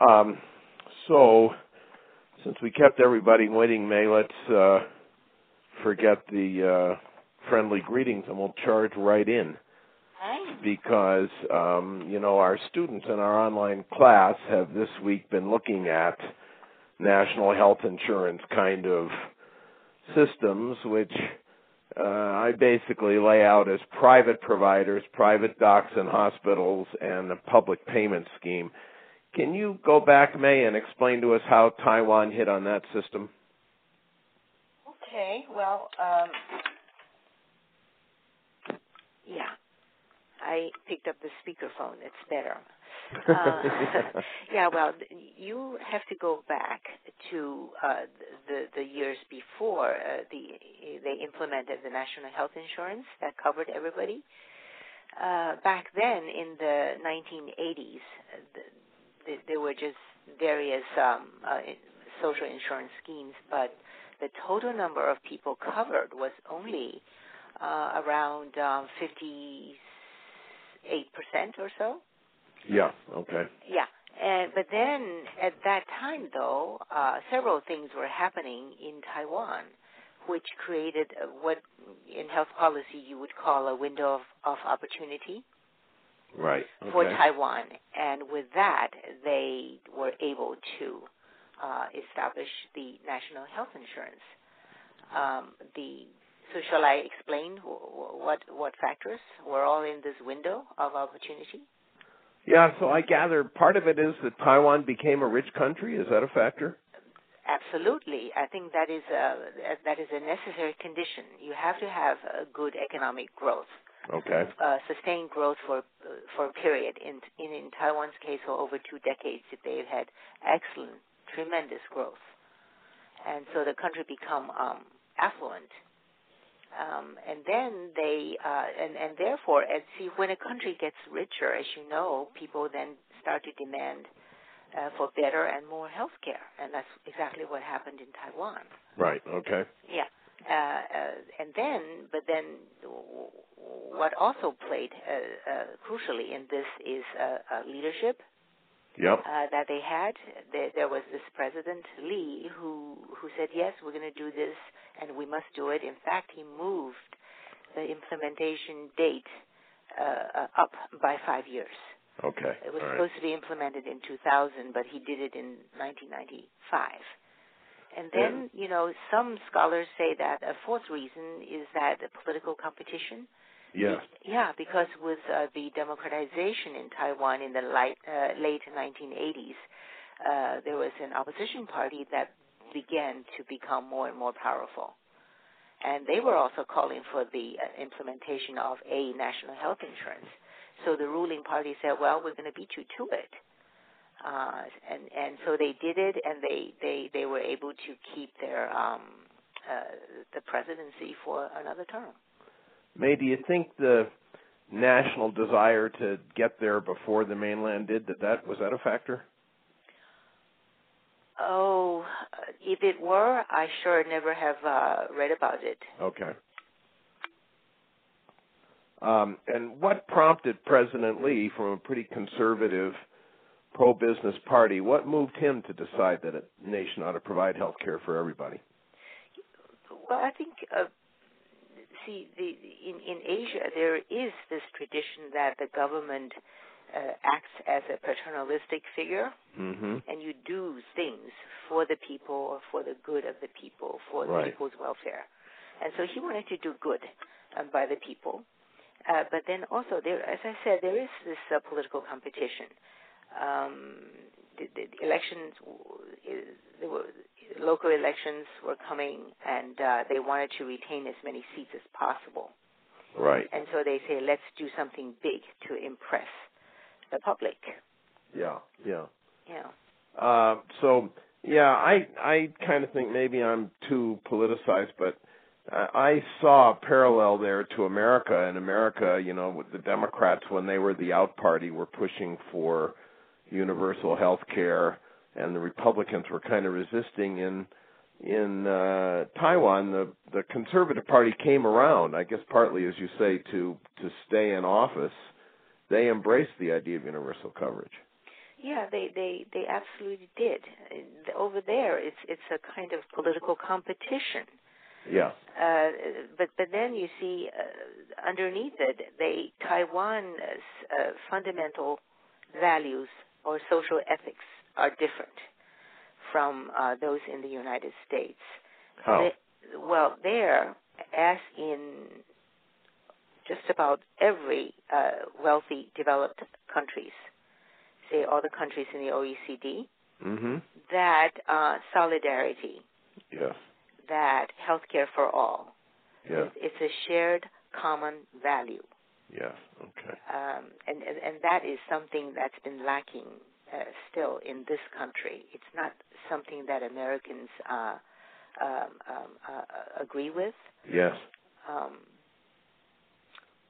Um, so, since we kept everybody waiting, May, let's uh, forget the uh, friendly greetings and we'll charge right in because um, you know our students in our online class have this week been looking at national health insurance kind of systems, which uh, I basically lay out as private providers, private docs and hospitals, and a public payment scheme. Can you go back, May, and explain to us how Taiwan hit on that system? Okay, well, um, yeah. I picked up the speakerphone. It's better. Uh, yeah, well, you have to go back to uh, the the years before uh, the they implemented the national health insurance that covered everybody. Uh, back then, in the 1980s, the, the, there were just various um, uh, social insurance schemes, but the total number of people covered was only uh, around um, 50 eight percent or so. Yeah. Okay. Yeah, and but then at that time though, uh, several things were happening in Taiwan, which created uh, what in health policy you would call a window of, of opportunity. Right. Okay. For Taiwan, and with that, they were able to uh, establish the national health insurance. Um, the so shall I explain what what factors were all in this window of opportunity? Yeah, so I gather part of it is that Taiwan became a rich country. Is that a factor? Absolutely. I think that is a that is a necessary condition. You have to have a good economic growth. Okay. Uh, sustained growth for uh, for a period. In, in in Taiwan's case, for over two decades, they've had excellent, tremendous growth, and so the country become um, affluent. Um, and then they uh, and and therefore and see when a country gets richer, as you know, people then start to demand uh, for better and more health care, and that's exactly what happened in Taiwan. Right. Okay. Yeah. Uh, and then, but then, what also played uh, crucially in this is uh, leadership. uh, Yep. that they had. There, there was this President Lee who who said, "Yes, we're going to do this and we must do it. In fact, he moved the implementation date uh, up by five years. Okay. It was All supposed right. to be implemented in 2000, but he did it in 1995. And then, yeah. you know, some scholars say that a fourth reason is that political competition. Yeah. Yeah, because with uh, the democratization in Taiwan in the light, uh, late 1980s, there was an opposition party that began to become more and more powerful. And they were also calling for the uh, implementation of a national health insurance. So the ruling party said, "Well, we're going to beat you to it," uh, and and so they did it, and they they they were able to keep their um, uh, the presidency for another term. May, do you think the national desire to get there before the mainland did that? That was that a factor? Oh, if it were, I sure never have uh, read about it. Okay. Um, and what prompted President Lee from a pretty conservative pro business party? What moved him to decide that a nation ought to provide health care for everybody? Well, I think, uh, see, the, in, in Asia, there is this tradition that the government uh, acts as a paternalistic figure, mm-hmm. and you do things for the people or for the good of the people, for the right. people's welfare. And so he wanted to do good um, by the people. Uh, but then also, there, as I said, there is this uh, political competition. Um, the, the, the elections, there were, local elections were coming, and uh, they wanted to retain as many seats as possible. Right. And so they say, let's do something big to impress the public. Yeah, yeah, yeah. Uh, so yeah, I I kind of think maybe I'm too politicized, but I saw a parallel there to America. In America, you know, the Democrats when they were the out party were pushing for universal health care, and the Republicans were kind of resisting in in uh Taiwan the the conservative party came around i guess partly as you say to to stay in office they embraced the idea of universal coverage. Yeah, they they they absolutely did. Over there, it's it's a kind of political competition. Yeah. Uh, but but then you see uh, underneath it, they Taiwan's uh, fundamental values or social ethics are different from uh, those in the United States. How? They, well, there, as in just about every uh, wealthy developed countries, say all the countries in the OECD, mm-hmm. that uh, solidarity, Yes. that healthcare for all, Yeah. it's a shared common value. Yes. Okay. Um, and, and, and that is something that's been lacking uh, still in this country. It's not something that Americans uh, um, um, uh, agree with. Yes. Um,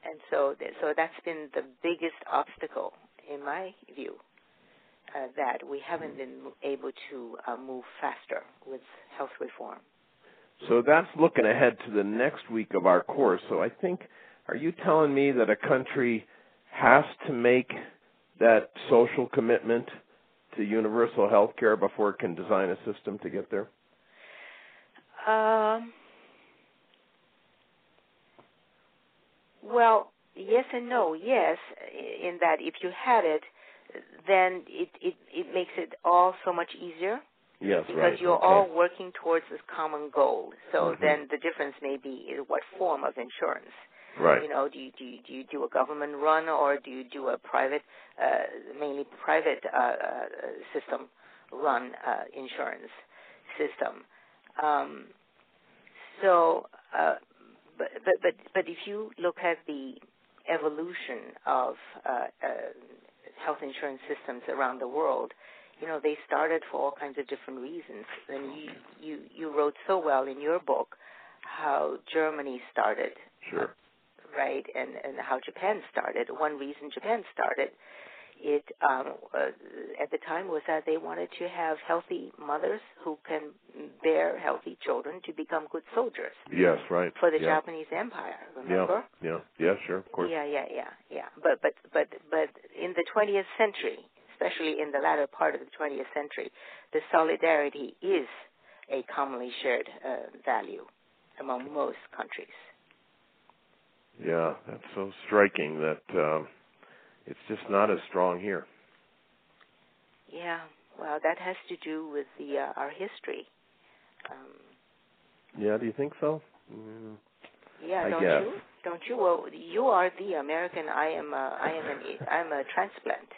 and so, th- so that's been the biggest obstacle, in my view, uh, that we haven't been able to uh, move faster with health reform. So that's looking ahead to the next week of our course. So I think, are you telling me that a country has to make that social commitment to universal health care before it can design a system to get there? Um, well, yes and no. Yes, in that if you had it, then it it, it makes it all so much easier. Yes, because right. you're okay. all working towards this common goal. So Mhm. then the difference may be is what form of insurance. right. You know, do you, do you do you do a government run or do you do a private, uh, mainly private uh, uh, system run uh, insurance system? Um, so, uh, but, but but but if you look at the evolution of uh, uh, health insurance systems around the world, you know they started for all kinds of different reasons and you you you wrote so well in your book how germany started Sure. right and and how japan started one reason japan started it um uh, at the time was that they wanted to have healthy mothers who can bear healthy children to become good soldiers Yes, right. for the yeah. japanese empire remember Yeah. Yeah, sure. Of course. yeah, yeah, yeah, yeah. But but but but in the 20th century, especially in the latter part of the 20th century, the solidarity is a commonly shared uh, value among most countries. Yeah, that's so striking that um it's just not as strong here. Yeah. Well, that has to do with the uh, our history. Um, Yeah, do you think so? Mm. yeah, I don't guess. you? Don't you? Well, you are the American. I am. A, I am an. I'm a transplant.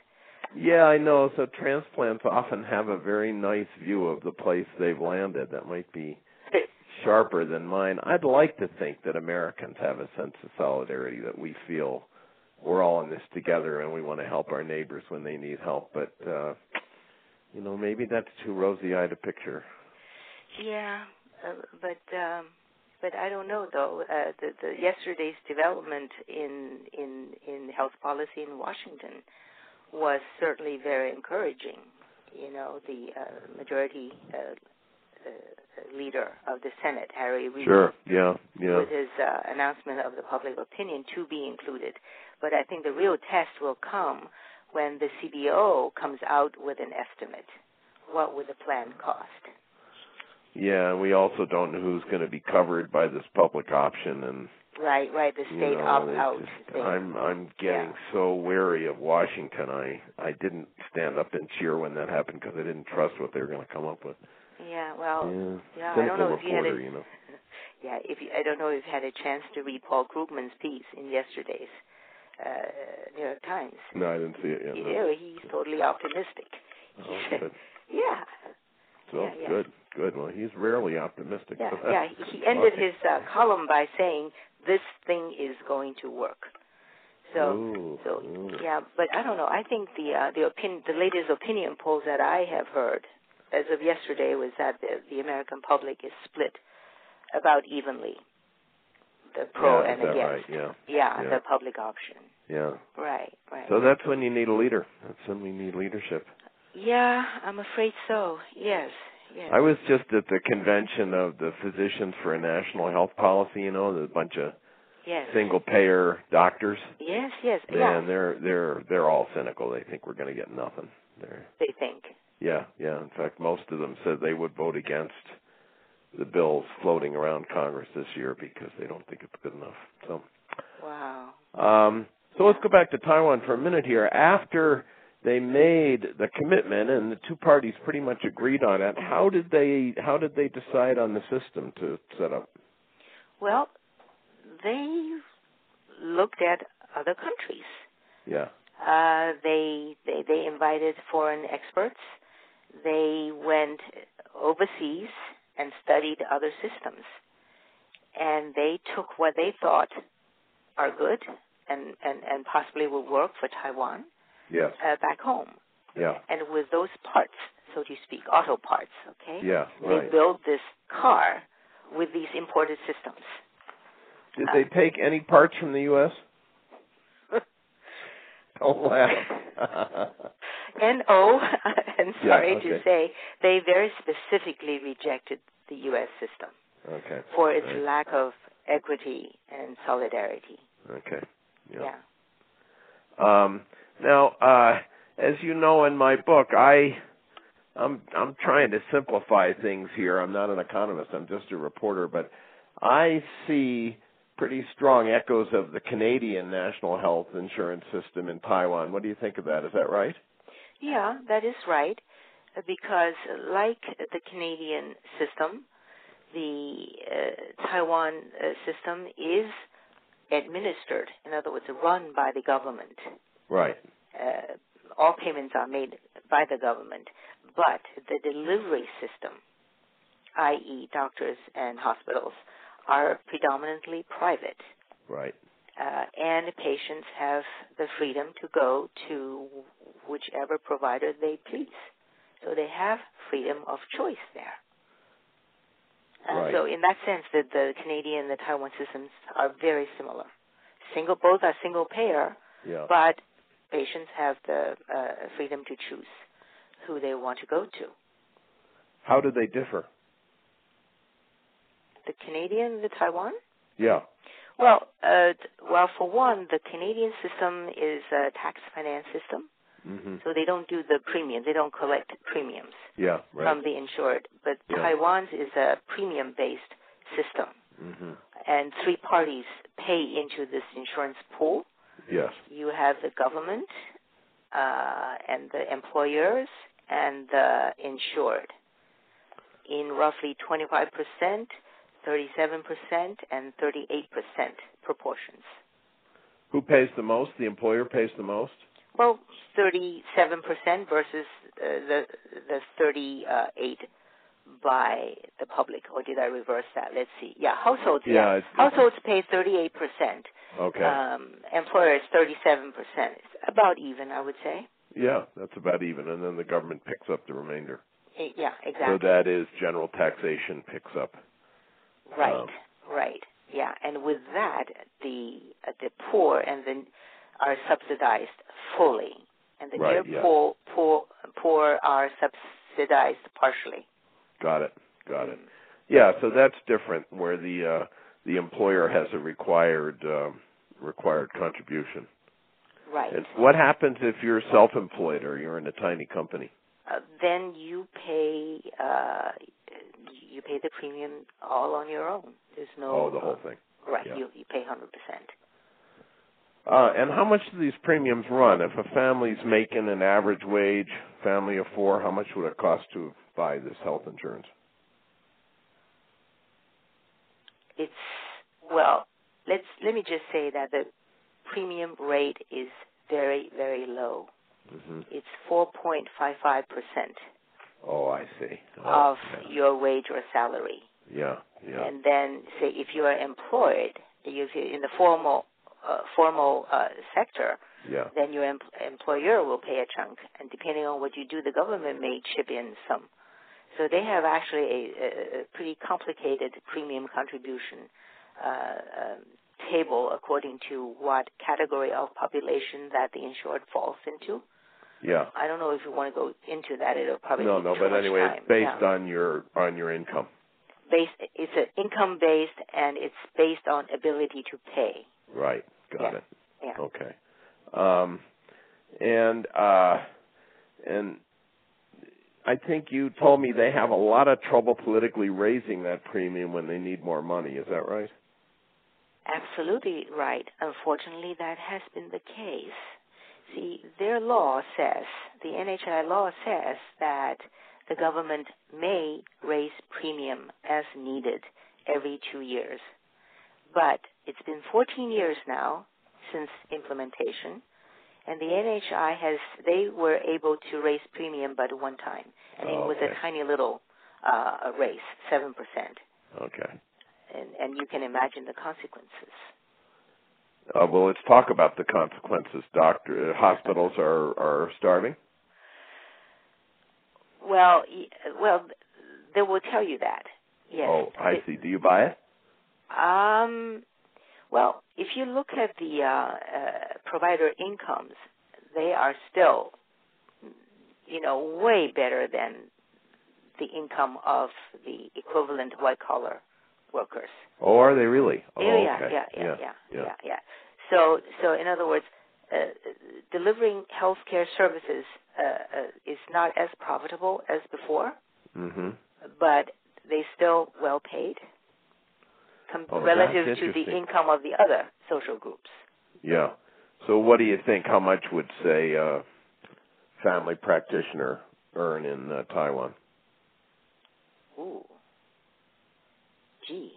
Yeah, I know. So transplants often have a very nice view of the place they've landed. That might be sharper than mine. I'd like to think that Americans have a sense of solidarity that we feel we're all in this together and we want to help our neighbors when they need help. But uh you know, maybe that's too rosy-eyed a picture. Yeah, uh, but um, but I don't know though. Uh, the, the yesterday's development in in in health policy in Washington was certainly very encouraging. You know, the uh, majority uh, uh, leader of the Senate, Harry Reid, Yeah. Yeah. with his uh, announcement of the public opinion to be included. But I think the real test will come when the CBO comes out with an estimate. What would the plan cost? Yeah, and we also don't know who's going to be covered by this public option, and Right, right. The you state know, opt it's out just- thing. I'm I'm getting Yeah. so wary of Washington. I I didn't stand up and cheer when that happened because I didn't trust what they were going to come up with. yeah, well, yeah, Oh, yeah, I cynical don't know if you had reporter, a- you know. yeah. If you, I don't know if you had a chance to read Paul Krugman's piece in yesterday's uh, New York Times. No, I didn't see it yet. You no. know, he's totally optimistic. Oh, good. Yeah, So Yeah, yeah. good, good. Well, he's rarely optimistic. yeah, so that's yeah. He ended fine. his uh, column by saying, "This thing is going to work." So. Ooh, Mm. So ooh. yeah, but I don't know. I think the uh, the opinion, the latest opinion polls that I have heard as of yesterday was that the, the American public is split about evenly, the pro Yeah, and is that against. right? Yeah, Yeah. the public option. Yeah, yeah. Right, right. So that's when you need a leader. That's when we need leadership. yeah, I'm afraid so. Yes, yes. I was just at the convention of the Physicians for a National Health Policy, you know, there's a bunch of yes. single payer doctors. Yes, yes. And yeah. they're they're they're all cynical. They think we're gonna get nothing. They're, they think. yeah, yeah. In fact, most of them said they would vote against the bills floating around Congress this year because they don't think it's good enough. So, Wow. um, so let's go back to Taiwan for a minute here. After they made the commitment and the two parties pretty much agreed on it, how did they how did they decide on the system to set up? Well, they looked at other countries. Yeah, Uh, they, they they invited foreign experts. They went overseas and studied other systems, and they took what they thought are good and and and possibly would work for Taiwan yes, uh, back home. yeah, And with those parts, so to speak, auto parts, okay, yeah, they right. built this car with these imported systems. Did they take any parts from the U.S.? Don't laugh. And oh, I'm Yeah, sorry okay. to say, they very specifically rejected the U.S. system okay, for its Right. lack of equity and solidarity. okay, Yeah. Um, now, uh, as you know in my book, I I'm I'm trying to simplify things here. I'm not an economist. I'm just a reporter, but I see pretty strong echoes of the Canadian national health insurance system in Taiwan. What do you think of that? Is that right? Yeah, that is right. Because, like the Canadian system, the uh, Taiwan uh, system is administered, in other words, run by the government. Right. Uh, all payments are made by the government, but the delivery system, i.e., doctors and hospitals, are predominantly private. Right. uh, and patients have the freedom to go to whichever provider they please. So they have freedom of choice there. Uh, Right. So in that sense, the, the Canadian and the Taiwan systems are very similar. Single, both are single payer, Yeah. but patients have the uh, freedom to choose who they want to go to. How do they differ? The Canadian and the Taiwan? Yeah. Well, uh, t- well, for one, the Canadian system is a tax finance system. hmm So they don't do the premium. They don't collect premiums Yeah. Right. from the insured. But Yeah. Taiwan's is a premium-based system, hmm and three parties pay into this insurance pool. Yes. You have the government, uh, and the employers, and the insured. In roughly 25 percent, 37 percent, and 38 percent proportions. Who pays the most? The employer pays the most. Well, 37% versus uh, the the 38 by the public, or did I reverse that? Let's see. Yeah, households. Yeah, Yeah, it's- households pay 38%. Okay. Um, employers 37%. It's about even, I would say. yeah, that's about even, and then the government picks up the remainder. Eh, Yeah, So exactly. that is general taxation picks up. right, um, right. Yeah, and with that, the uh, the poor and the are subsidized fully, and the Right, near yeah. poor poor poor are subsidized partially. Mm, Got it. Got it. Yeah, so that's different where the uh the employer has a required um required contribution. Right. And what happens if you're self-employed or you're in a tiny company? Uh, then you pay uh, you pay the premium all on your own. There's no uh, oh, the whole thing. right. yeah. You you pay hundred percent. Uh and how much do these premiums run? If a family's making an average wage, family of 4, how much would it cost to buy this health insurance? It's well. Let's let me just say that the premium rate is very very low. Mhm. It's four point five five percent Oh, I see. Oh, of your wage or salary. yeah. Yeah. Yeah. And then say if you are employed, if you're in the formal uh, formal uh, sector, yeah. then your em- employer will pay a chunk, and depending on what you do, the government may chip in some. So they have actually a, a, a pretty complicated premium contribution uh, um, table according to what category of population that the insured falls into. Yeah. I don't know if you want to go into that; it'll probably No, take no, too but much anyway, time. it's based yeah. on your on your income. based. It's an income based, and it's based on ability to pay. Right. Got Yeah. it. Yeah. Okay. Um, and uh, and I think you told me they have a lot of trouble politically raising that premium when they need more money. Is that right? Absolutely right. Unfortunately, that has been the case. See, their law says, the NHI law says that the government may raise premium as needed every two years. But it's been 14 years now since implementation, and the NHI has, they were able to raise premium but one time, and it was Oh, Okay. a tiny little uh, raise, 7%. Okay. And, and you can imagine the consequences. Uh, well, let's talk about the consequences. Doctor, uh, hospitals are are starving. Well, y- well, they will tell you that. Yes. Oh, I They- see. Do you buy it? Um, well, if you look at the uh, uh, provider incomes, they are still, you know, way better than the income of the equivalent white collar workers. Oh, are they really? Oh, yeah, yeah, okay. yeah, yeah, yeah, yeah. yeah, yeah. So, so in other words, uh, delivering healthcare services uh, uh, is not as profitable as before Mhm. but they still well paid com- Oh, that's relative to the interesting. income of the other social groups. Yeah. So, what do you think? How much would say uh, family practitioner earn in uh, Taiwan? Ooh. Gee.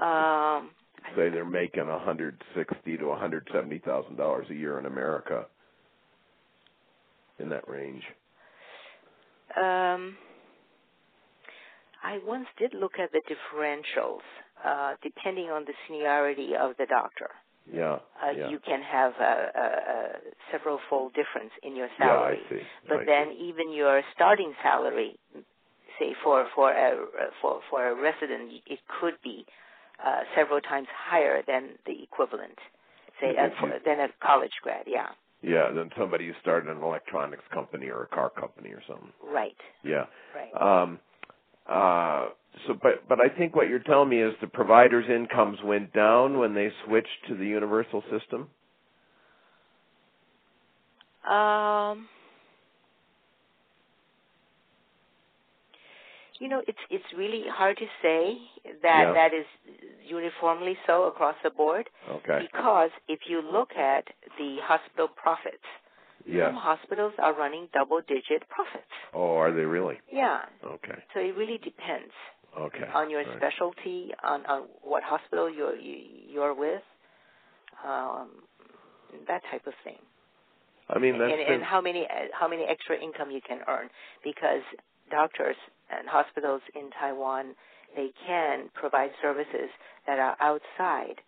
Um, Say they're making a hundred sixty to a hundred seventy thousand dollars a year in America. In that range. um, I once did look at the differentials uh, depending on the seniority of the doctor. Yeah. Uh, yeah. You can have a, a, a several fold difference in your yeah, I salary. see. but I then see. even your starting salary say for for a for for a resident it could be uh, several times higher than the equivalent say If a, you- than a college grad yeah Yeah, then somebody who started an electronics company or a car company or something. right Yeah. right Um, uh, so, but but I think what you're telling me is the providers' incomes went down when they switched to the universal system. um you know it's it's really hard to say that Yeah. that is uniformly so across the board Okay. because if you look at the hospital profits Some Yeah. hospitals are running double digit profits. Oh, are they really? Yeah. Okay. So it really depends Okay. on your All right. specialty, on, on what hospital you're, you, you're with, um, that type of thing. I mean, that's and, and how many uh, how many extra income you can earn because doctors and hospitals in Taiwan they can provide services that are outside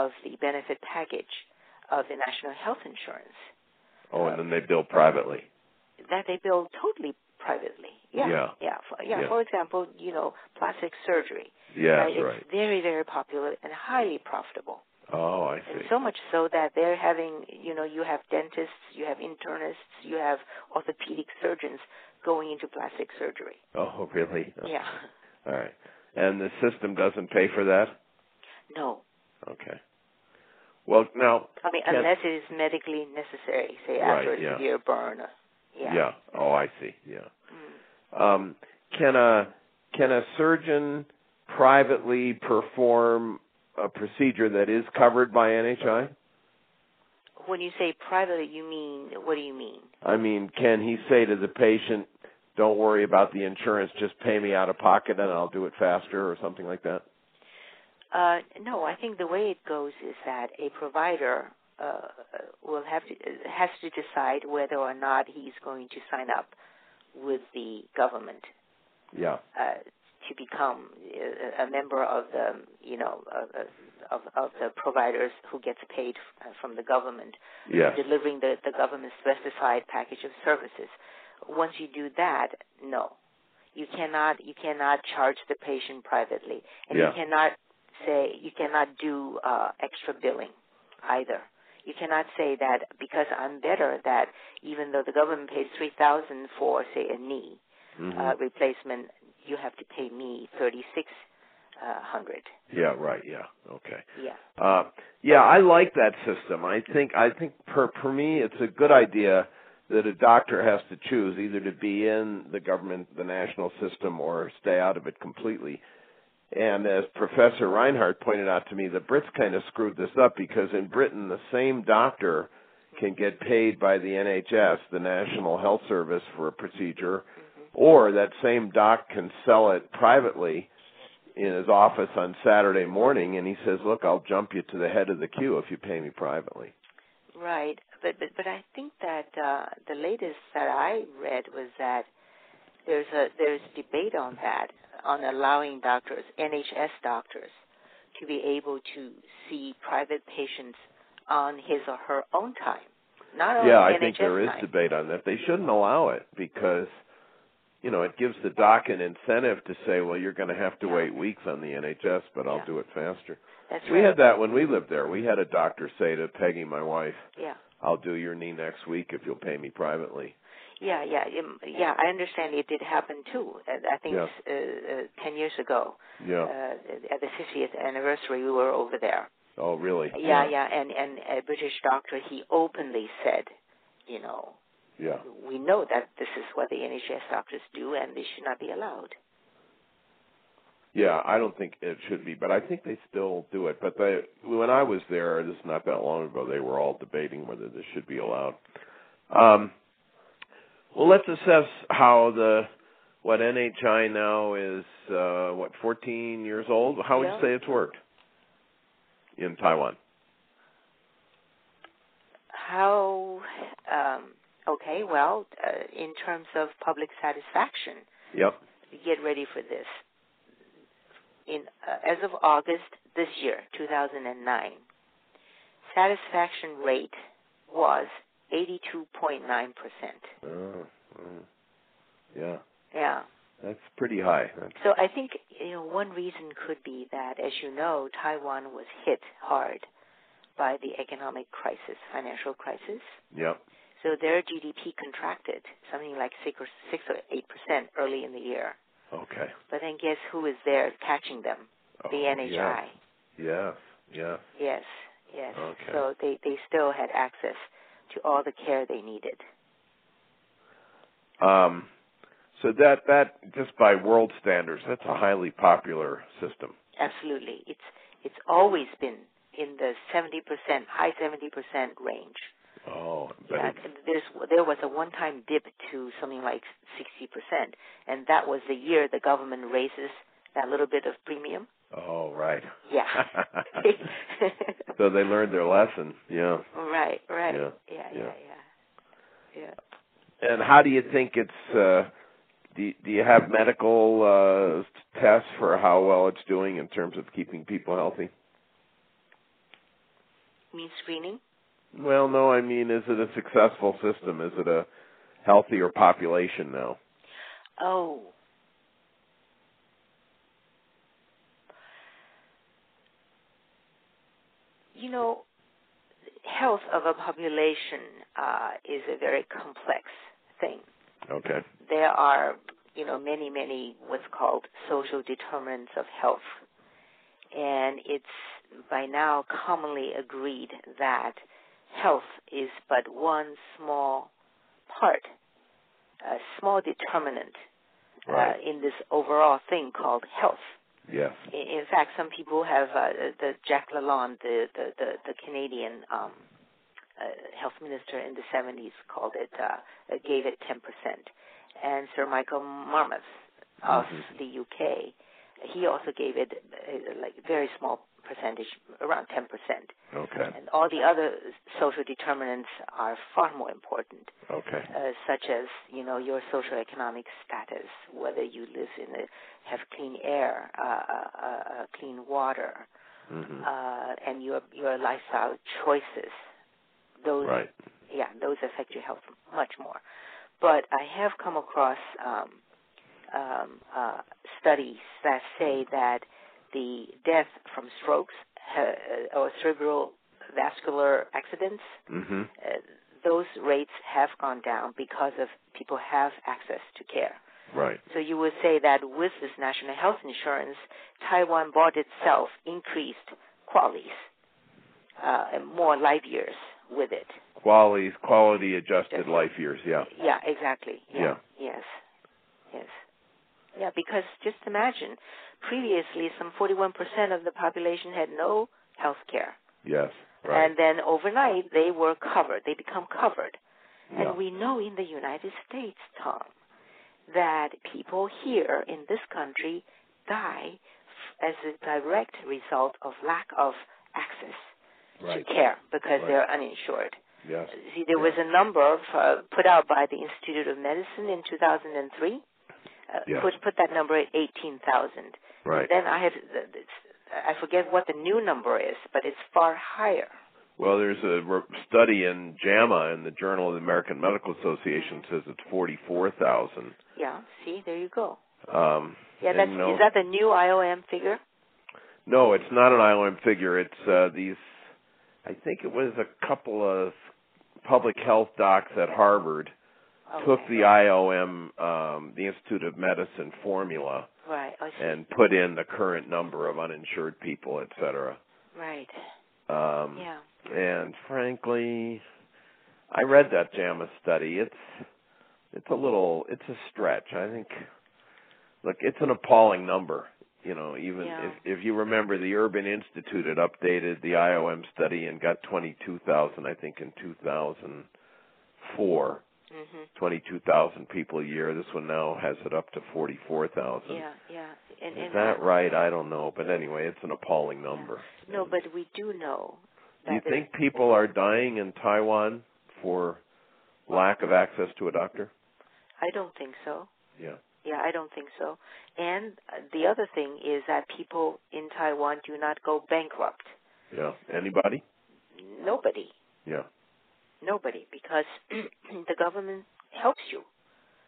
of the benefit package of the national health insurance been, oh, and then they bill privately. that they bill totally privately. Yeah. Yeah. For, yeah, Yeah. For example, you know, plastic surgery. Yeah, right? that's It's right. very, very popular and highly profitable. Oh, I And see. so much so that they're having, you know, you have dentists, you have internists, you have orthopedic surgeons going into plastic surgery. Oh, really? Yeah. All right. And the system doesn't pay for that. No. Okay. Well, now. I mean, Can- unless it is medically necessary, say Right, after yeah. a severe burn. uh, Yeah. yeah. Oh, I see. Yeah. Mm. um, can a can a surgeon privately perform a procedure that is covered by NHI? When you say privately, you mean, what do you mean? I mean, can he say to the patient, "Don't worry about the insurance; just pay me out of pocket, and I'll do it faster," or something like that? Uh, no, I think the way it goes is that a provider uh, will have to has to decide whether or not he's going to sign up with the government Yeah. uh, to become uh, a member of the you know of, of, of the providers who gets paid uh, from the government Yes. delivering the, the government specified package of services. Once you do that, no, you cannot you cannot charge the patient privately, and Yeah. you cannot say you cannot do uh, extra billing either. You cannot say that because I'm better that even though the government pays three thousand for say a knee Mhm. uh, replacement, you have to pay me thirty six hundred. yeah. Right. Yeah. Okay. Yeah. Uh, yeah, I like that system. I think I think for for me it's a good idea that a doctor has to choose either to be in the government, the national system, or stay out of it completely. And as Professor Reinhardt pointed out to me, the Brits kind of screwed this up because in Britain, the same doctor can get paid by the NHS, the National Health Service, for a procedure, or that same doc can sell it privately in his office on Saturday morning, and he says, "Look, I'll jump you to the head of the queue if you pay me privately." Right, but but, but I think that uh, the latest that I read was that there's a there's debate on that on allowing doctors, NHS doctors, to be able to see private patients on his or her own time. Not on yeah, NHS I think there is time. debate on that. They shouldn't allow it because you know it gives the doc an incentive to say, "Well, you're going to have to Yeah. wait weeks on the NHS, but I'll Yeah. do it faster." That's We right. had that when we lived there. We had a doctor say to Peggy, my wife, yeah. "I'll do your knee next week if you'll pay me privately." Yeah, yeah, um, yeah. I understand it did happen too. Uh, I think Yeah. uh, uh, ten years ago, Yeah. uh, at the 50th anniversary, we were over there. oh, really? Yeah, yeah. And and a British doctor, he openly said, you know, Yeah. we know that this is what the NHS doctors do, and they should not be allowed. Yeah, I don't think it should be, but I think they still do it. But they, when I was there, this is not that long ago, they were all debating whether this should be allowed. Um, well, let's assess how the what NHI now is uh, what 14 years old. How would Yeah. you say it's worked in Taiwan? How? Um, okay, well, uh, in terms of public satisfaction, Yep. get ready for this. In uh, as of August this year, 2009, satisfaction rate was 82.9 percent. Uh, uh, yeah, Yeah. that's pretty high. That's, So I think you know one reason could be that, as you know, Taiwan was hit hard by the economic crisis, financial crisis. yep. So their GDP contracted something like six or six or eight percent early in the year. Okay. But then guess who is there catching them? Oh, The NHI. Yeah. Yeah. Yes, yes. Okay. So they they still had access to all the care they needed. Um, so that that just by world standards, that's a highly popular system. Absolutely, it's it's always been in the seventy percent, high seventy percent range. Oh, but Yeah, it's- there's, there was a one-time dip to something like 60%, and that was the year the government raises that little bit of premium. oh right. Yeah. so they learned their lesson. Yeah. right, right. Yeah, yeah, yeah. yeah. yeah. yeah. And how do you think it's? Uh, do do you have medical uh, tests for how well it's doing in terms of keeping people healthy? Mean screening? Well, no. I mean, is it a successful system? Is it a healthier population now? Oh. You know, health of a population uh, is a very complex thing. Okay. there are, you know, many, many what's called social determinants of health. And it's by now commonly agreed that health is but one small part, a small determinant Right. uh, in this overall thing called health. yes. In, in fact, some people have uh, the Jack Lalonde, the, the, the, the Canadian um, uh, health minister in the 70s, called it, uh, uh, gave it 10%. And Sir Michael Marmot of Mhm. the UK, he also gave it uh, like very small percentage, around 10%. Okay. And all the other social determinants are far more important Okay. uh, such as you know your socioeconomic status, whether you live in a, have clean air, uh, uh, uh, clean water, hmm uh, and your your lifestyle choices. Those Right. yeah, those affect your health much more. But I have come across um, um, uh, studies that say that the death from strokes uh, or cerebral vascular accidents hmm uh, those rates have gone down because of people have access to care. Right. So you would say that with this national health insurance, Taiwan bought itself increased qualities uh, and more life years with it. Quality quality adjusted Just- life years, yeah. Yeah, exactly. Yeah. Yes. Yes. Yeah, because just imagine, previously some 41% of the population had no health care. Yes. Right. And then overnight they were covered. They become covered. yeah. And we know in the United States, Tom, that people here in this country die f- as a direct result of lack of access right. to care because Right. they're uninsured. Yes. See, there was a number uh, put out by the Institute of Medicine in 2003. Uh, Yes. put, put that number at 18,000. Right. Then I have, it's, I forget what the new number is, but it's far higher. Well, there's a re- study in JAMA in the Journal of the American Medical Association Mm-hmm. says it's 44,000. Yeah, see, there you go. Um Yeah, and that's, no, is that the new IOM figure? No, it's not an IOM figure. It's uh, these. I think it was a couple of public health docs at Harvard took Okay. the IOM, um, the Institute of Medicine formula, Right, I see. and put in the current number of uninsured people, et cetera. right, Um, yeah. And frankly, I read that JAMA study. It's it's a little it's a stretch. I think look, it's an appalling number. You know, even Yeah. if if you remember the Urban Institute had updated the IOM study and got 22,000 I think in 2004. hmm 22,000 people a year. This one now has it up to 44,000. Yeah, yeah. And, Is and that right? I don't know, but anyway, it's an appalling number. No, but we do know Do you that think people are dying in Taiwan for lack of access to a doctor? I don't think so. Yeah. Yeah, I don't think so. And uh, the other thing is that people in Taiwan do not go bankrupt. Yeah. Anybody? Nobody, Yeah. nobody, because the government helps you,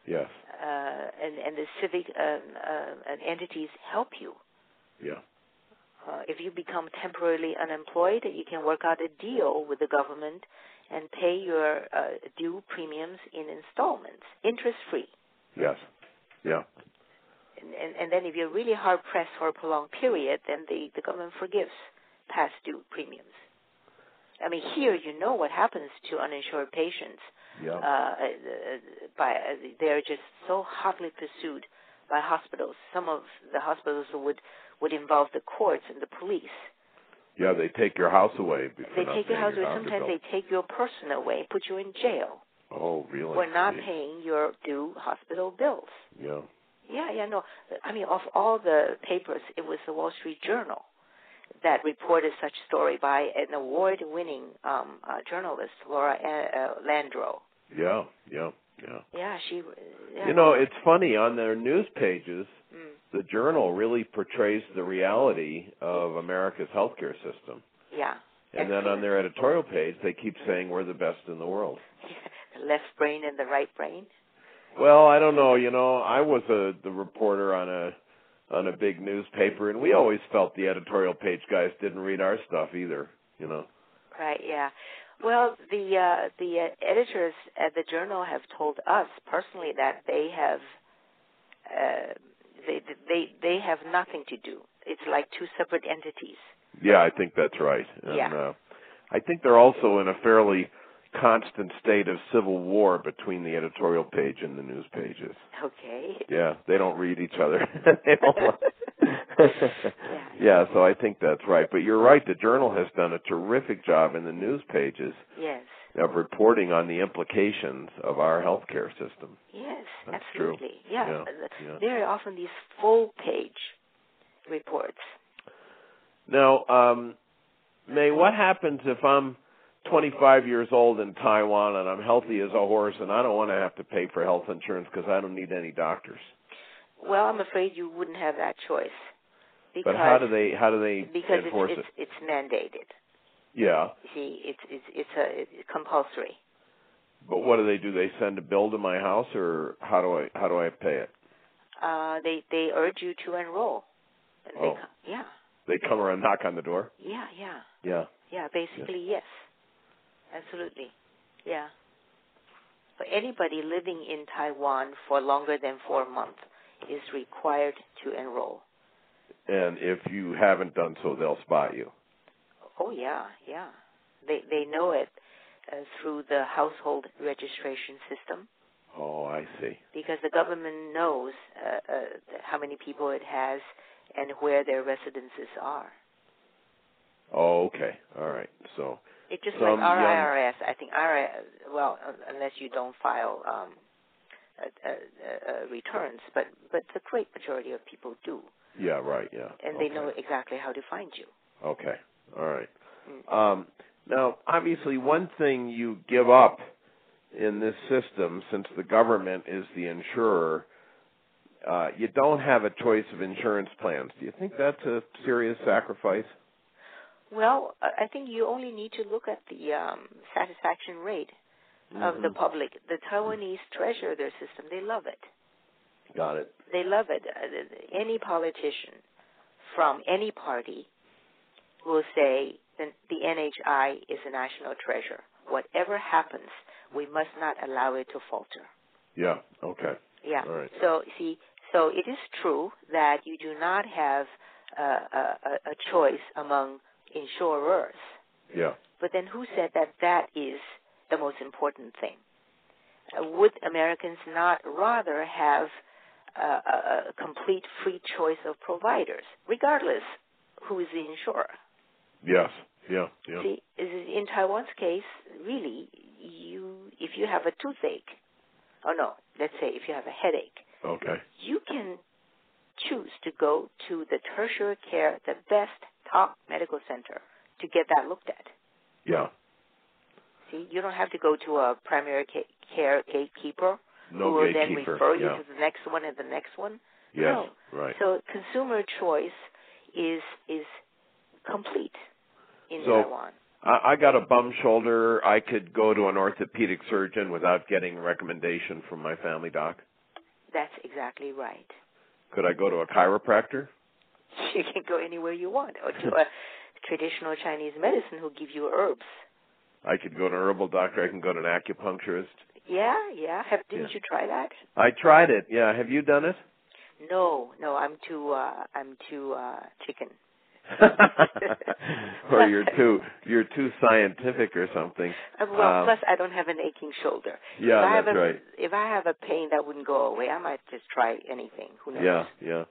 Yes. uh, and and the civic um, uh, and entities help you. Yeah. Uh, if you become temporarily unemployed, you can work out a deal with the government and pay your uh, due premiums in installments, interest free. Yes. Yeah. and, and, and then if you're really hard pressed for a prolonged period, then the, the government forgives past due premiums. I mean, here you know what happens to uninsured patients. Yeah. Uh, uh, by uh, they're just so hotly pursued by hospitals. Some of the hospitals would would involve the courts and the police. yeah, they take your house away before They not take your paying house away. doctor Sometimes bill. they take your person away, put you in jail Oh, really? for not Gee. paying your due hospital bills. Yeah. Yeah, yeah, no. I mean, of all the papers, it was the Wall Street Journal that reported such story by an award-winning um, uh, journalist, Laura uh, uh, Landro. Yeah. Yeah. Yeah. Yeah, she. Yeah. You know, it's funny on their news pages, Mm, the journal really portrays the reality of America's healthcare system. yeah. And then on their editorial page, they keep saying we're the best in the world. the left brain and the right brain. Well, I don't know. You know, I was a the reporter on a on a big newspaper, and we always felt the editorial page guys didn't read our stuff either. You know. Right. Yeah. Well, the uh, the uh, editors at the journal have told us personally that they have uh, they they they have nothing to do. It's like two separate entities. Yeah, I think that's right. And, Yeah. Uh, I think they're also in a fairly constant state of civil war between the editorial page and the news pages. Okay. Yeah, they don't read each other. they don't like- Yeah. yeah, so I think that's right. But you're right. The journal has done a terrific job in the news pages Yes. of reporting on the implications of our healthcare system. Yes. That's true. absolutely. Yeah. Yeah, Uh, yeah. There are often these full page reports. Now, um, May, what happens if I'm 25 years old in Taiwan and I'm healthy as a horse and I don't want to have to pay for health insurance because I don't need any doctors? Well, I'm afraid you wouldn't have that choice. Because, but how do they how do they because it's, enforce it's, it's mandated. it? Yeah, See, it's it's it's a it's compulsory. but what do they do? They send a bill to my house or how do I how do I pay it? Uh, they they urge you to enroll. And they Oh. co- yeah, They come around, knock on the door. yeah, yeah, Yeah. Ah. yeah. Basically, yes, absolutely, yeah. But anybody living in Taiwan for longer than four months is required to enroll. And if you haven't done so, they'll spot you. Oh yeah, yeah. They they know it. uh, through the household registration system Oh, I see. because the government knows uh, uh, how many people it has and where their residences are. Oh, okay. All right. So, It's just Some like our young- IRS. I think our well, un- unless you don't file um, uh, uh, uh, returns, but but the great majority of people do, yeah, right, yeah. and okay. they know exactly how to find you. Okay. All right. Mm. Um, now, obviously, one thing you give up in this system, since the government is the insurer, uh, you don't have a choice of insurance plans. Do you think that's a serious sacrifice? Well, I I think you only need to look at the um, satisfaction rate of the Mhm. public. The Taiwanese treasure their system; they love it. Got it. they love it. Uh, Any politician from any party will say the, the NHI is a national treasure. Whatever happens, we must not allow it to falter. Yeah. Okay. Yeah. All right. So see, so it is true that you do not have uh, a, a, a choice among insurers. Yeah. But then, who said that that is the most important thing? Uh, would Americans not rather have uh, a, a complete free choice of providers, regardless who is the insurer? Yes. Yeah. Yeah. See, is it- in Taiwan's case, really, you if you have a toothache, or no, let's say if you have a headache, Okay. you can choose to go to the tertiary care, the best top medical center, to get that looked at. Yeah. See, you don't have to go to a primary ca- care gatekeeper No who will then gatekeeper. refer you yeah. to the next one and the next one. yes. Right. So consumer choice is is complete in So- Taiwan. I, I got a bum shoulder. I could go to an orthopedic surgeon without getting a recommendation from my family doc. That's exactly right. Could I go to a chiropractor? You can go anywhere you want, or to a traditional Chinese medicine who give you herbs. I could go to an herbal doctor. I can go to an acupuncturist. Yeah, yeah. Have, didn't Yeah. you try that? I tried it. Yeah. Have you done it? No, no. I'm too uh, I'm too uh, chicken. or you're too you're too scientific or something. Uh, well, Um, plus I don't have an aching shoulder. Yeah, if I have that's a, right. If I have a pain that wouldn't go away, I might just try anything. Who knows? Yeah, yeah.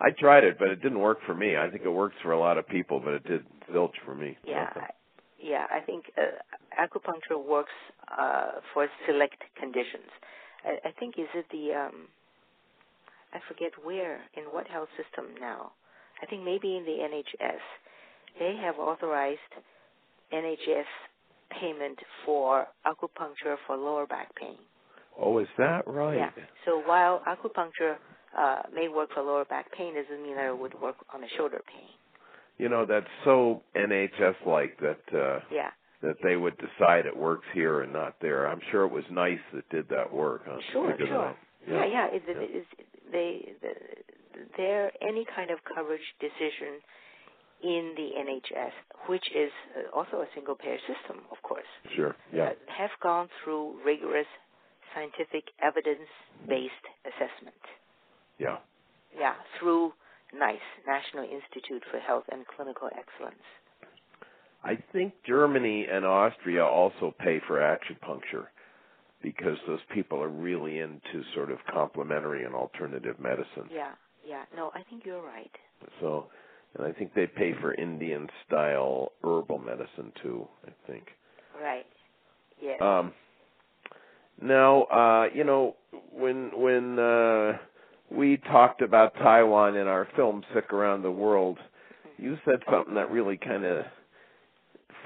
I tried it, but it didn't work for me. I think it works for a lot of people, but it did zilch for me. Yeah, Nothing. I- yeah. I think uh, acupuncture works uh, for select conditions. I, I think is it the um, I forget where in what health system now. I think maybe in the NHS they have authorized NHS payment for acupuncture for lower back pain. Oh, is that right? Yeah. So while acupuncture uh, may work for lower back pain, doesn't mean that it would work on a shoulder pain. You know, that's so NHS like that uh Yeah. that they would decide it works here and not there. I'm sure it was nice that did that work, huh? Sure, Figured it sure. out. Yeah, yeah. It, Yeah. it, it's they, the, their any kind of coverage decision in the NHS, which is uh, also a single payer system, of course, Sure. Yeah. uh, have gone through rigorous scientific evidence based assessment. Yeah. Yeah, through NICE, National Institute for Health and Clinical Excellence. I think Germany and Austria also pay for acupuncture because those people are really into sort of complementary and alternative medicine. Yeah, yeah. No, I think you're right. So, and I think they pay for Indian style herbal medicine too, I think. Right. Yes. Um, now, uh, you know, when when uh, we talked about Taiwan in our film Sick Around the World, you said something that really kind of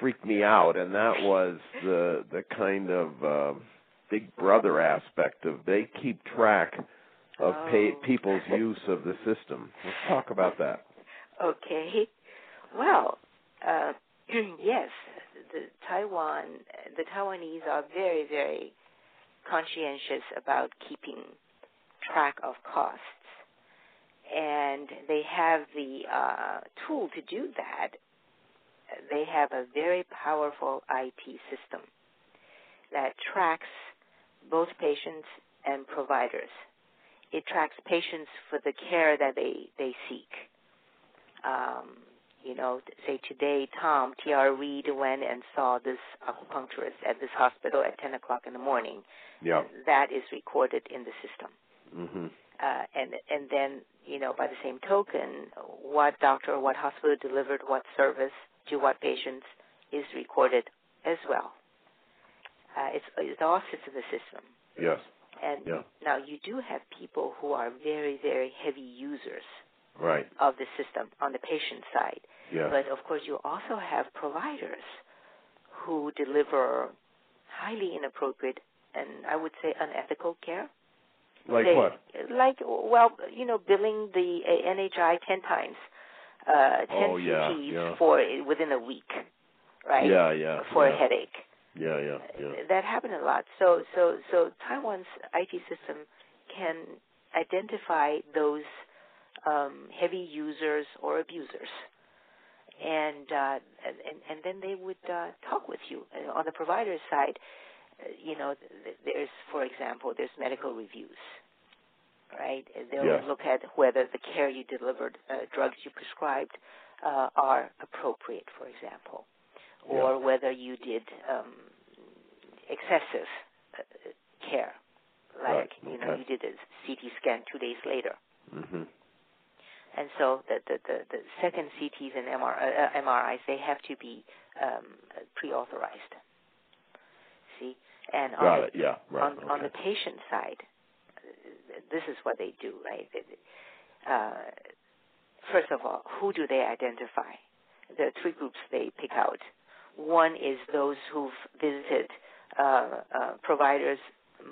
freaked me out, and that was the the kind of uh, Big Brother aspect of they keep track of pay, Oh. people's use of the system. Let's talk about that. Okay. Well, uh, yes, the Taiwan, the Taiwanese are very, very conscientious about keeping track of costs, and they have the uh, tool to do that. They have a very powerful IT system that tracks both patients and providers. It tracks patients for the care that they, they seek um, you know, say today Tom T.R. Reed went and saw this acupuncturist at this hospital at 10 o'clock in the morning. Yeah. That is recorded in the system. Mm-hmm. Uh, and and then you know by the same token, what doctor, what hospital delivered what service to what patients is recorded as well. Uh, it's it all sits in the system. Yes. And Yeah. now you do have people who are very very heavy users Right. of the system on the patient side. Yes. But of course, you also have providers who deliver highly inappropriate and I would say unethical care. like they, what? Like well, you know, billing the uh, NHI ten times, uh, ten Oh, yeah, CTs yeah. for within a week, right? Yeah, yeah. For yeah. a headache. Yeah, yeah, yeah. That happened a lot. So, so, so Taiwan's IT system can identify those um, heavy users or abusers, and uh, and and- and then they would uh, talk with you And on the provider side. uh, You know, th- there's, for example, there's medical reviews, right? They'll Yeah. look at whether the care you delivered, uh, drugs you prescribed, uh, are appropriate, for example or whether you did um, excessive uh, care, Right, like you know okay. you did a CT scan two days later, Mm-hmm. and so the the, the, the second CTs and MR, uh, uh, MRIs they have to be um, uh, pre-authorized. See, and on Got the, it. Yeah. Right. on, okay. on the patient side, uh, this is what they do, right? Uh, first of all, who do they identify? There are three groups they pick out. One is those who've visited uh, uh, providers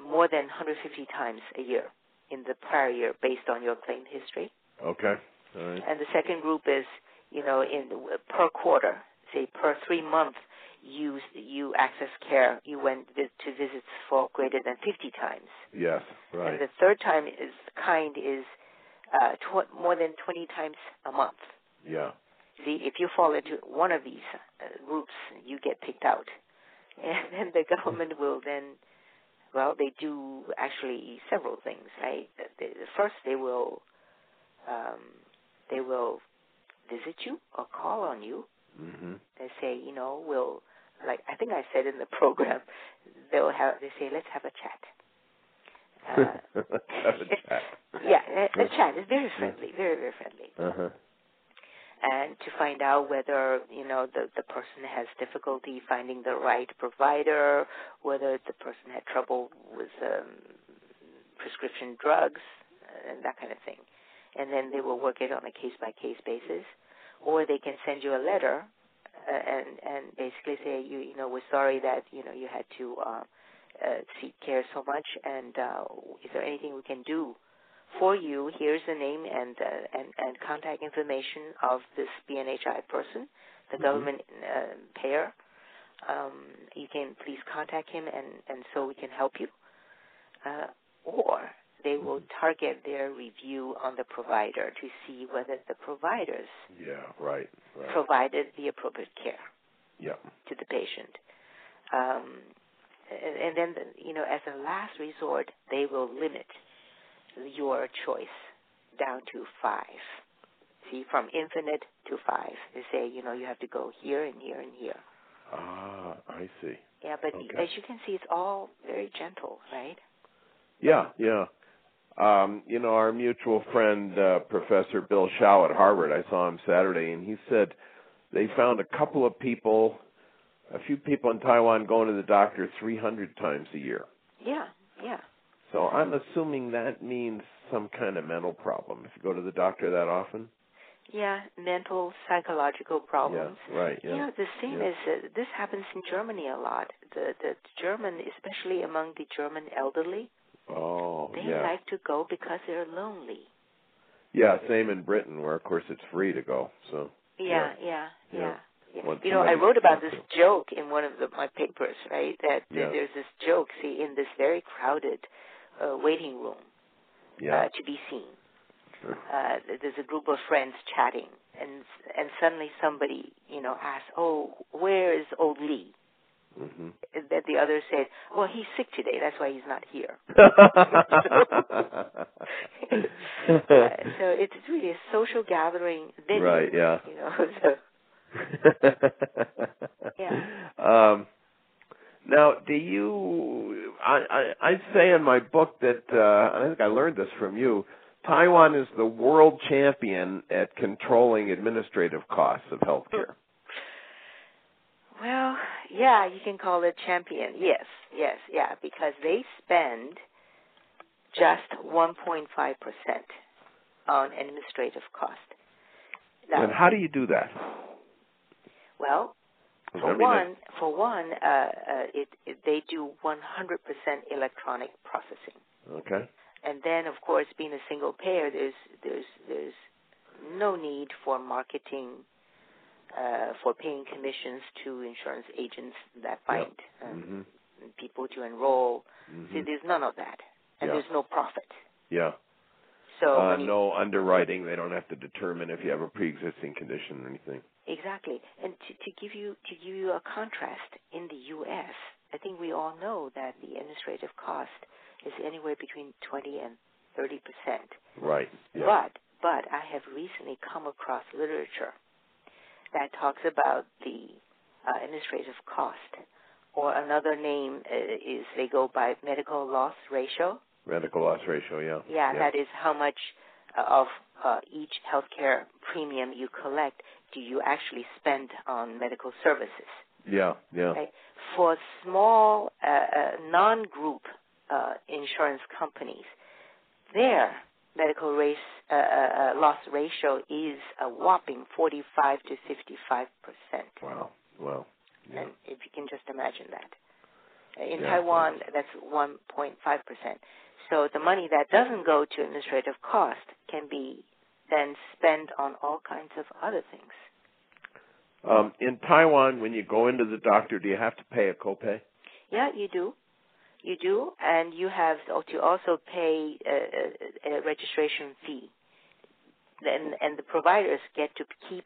more than 150 times a year in the prior year based on your claim history. okay. All right. And the second group is, you know, in per quarter, say per three month, you you access care. You went vi- to visits for greater than 50 times. Yes. Right. And the third time is kind is uh, tw- more than 20 times a month. Yeah. See, if you fall into one of these uh, groups, you get picked out, and then the government will then. Well, they do actually several things, right? The- the- First, they will um, they will visit you or call on you Mm-hmm. they say, you know, we'll like I think I said in the program, they'll have they say let's have a chat. Uh, Have a chat. yeah, a, a chat is very friendly, very very friendly, Uh-huh. and to find out whether you know the the person has difficulty finding the right provider, whether the person had trouble with um, prescription drugs uh, and that kind of thing, and then they will work it on a case by case basis, or they can send you a letter uh, and and basically say you you know we're sorry that you know you had to uh, uh, seek care so much and uh, is there anything we can do for you here's the name and uh, and and contact information of this BNHI person the Mhm. government uh, payer um, you can please contact him and and so we can help you uh, or they will target their review on the provider to see whether the providers Yeah. Right. Right. provided the appropriate care yeah. to the patient. Um, and, and then, you know, as a last resort, they will limit your choice down to five. See, from infinite to five. They say, you know, you have to go here and here and here. Ah, I see. Yeah, but Okay. as you can see, it's all very gentle, right? Yeah, yeah. Um, you know, our mutual friend, uh, Professor Bill Shaw at Harvard, I saw him Saturday, and he said they found a couple of people, a few people in Taiwan going to the doctor 300 times a year. Yeah, yeah. So I'm assuming that means some kind of mental problem if you go to the doctor that often. Yeah, mental, psychological problems. Yeah, right, yeah. You know, the same yeah. is uh, this happens in Germany a lot. The the German, especially among the German elderly, Oh, they yeah. like to go because they're lonely. yeah, same in Britain where of course it's free to go. So, Yeah, yeah, yeah. Oh, Yeah. yeah. Well, You know, I somebody wrote about has this to. joke in one of the, my papers, right? That th- Yeah. there's this joke, see, in this very crowded uh, waiting room yeah. uh, to be seen. uh, there's a group of friends chatting, and and suddenly somebody, you know, asks, "Oh, where is old Lee?" mhm. And then the other said, "Well, he's sick today. That's why he's not here." so Uh, so it's really a social gathering venue. Right, yeah. You know, so, Yeah. Um, now, do you? I, I I say in my book that uh, and I think I learned this from you. Taiwan is the world champion at controlling administrative costs of healthcare. well, yeah, you can call it champion. Yes, yes, yeah, because they spend just 1.5% on administrative cost. Now, And how do you do that? well, I For mean, one, for one, uh, uh, it, it they do 100% electronic processing, Okay. and then of course, being a single payer, there's there's there's no need for marketing, uh, for paying commissions to insurance agents that Yeah. bind um, Mhm. people to enroll. See, Mhm. there's none of that, and Yeah. there's no profit. Yeah. So uh, when you- no underwriting. They don't have to determine if you have a pre-existing condition or anything. Exactly. And to, to give you to give you a contrast, in the U.S., I think we all know that the administrative cost is anywhere between 20 and 30 percent. Right. Yeah. But but I have recently come across literature that talks about the uh, administrative cost, or another name uh, is they go by medical loss ratio. Medical loss ratio. Yeah. Yeah, that is how much uh, of uh, each healthcare premium you collect do you actually spend on medical services. Yeah. Yeah. Right. For small, uh, uh, non-group uh, insurance companies, their medical race, uh, uh, uh, loss ratio is a whopping 45 to 55 percent. Wow. Wow. Yeah. And if you can just imagine that. In Yeah. Taiwan, that's 1.5%. So the money that doesn't go to administrative cost can be then spent on all kinds of other things. Um, in Taiwan, when you go into the doctor, do you have to pay a copay? Yeah, you do. You do, and you have to also pay a, a, a registration fee. And, and the providers get to keep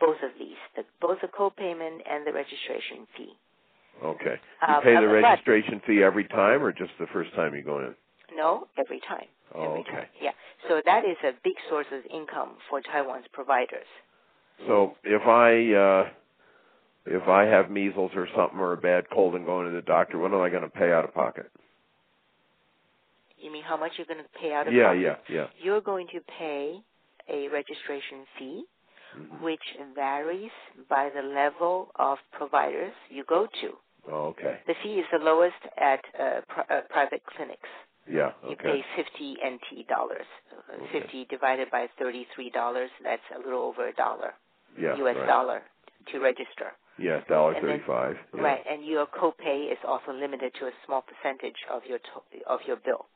both of these, the, both the co-payment and the registration fee. Okay. You Um, pay the but- registration fee every time, or just the first time you go in? No, every time. Oh, Every okay. time, Yeah. So that is a big source of income for Taiwan's providers. So if I uh, if I have measles or something or a bad cold and go into the doctor, what am I going to pay out of pocket? You mean how much you're going to pay out of yeah, pocket? yeah, yeah, You're going to pay a registration fee, Mhm. which varies by the level of providers you go to. Oh, okay. The fee is the lowest at uh, pri- uh, private clinics. Yeah. You Okay. pay 50 NT dollars. Uh, Okay. 50 divided by 33 dollars, that's a little over a dollar, Yeah. US right. dollar, to register. Yeah, dollar And then- thirty-five. yeah. Right, and your copay is also limited to a small percentage of your to- of your bill.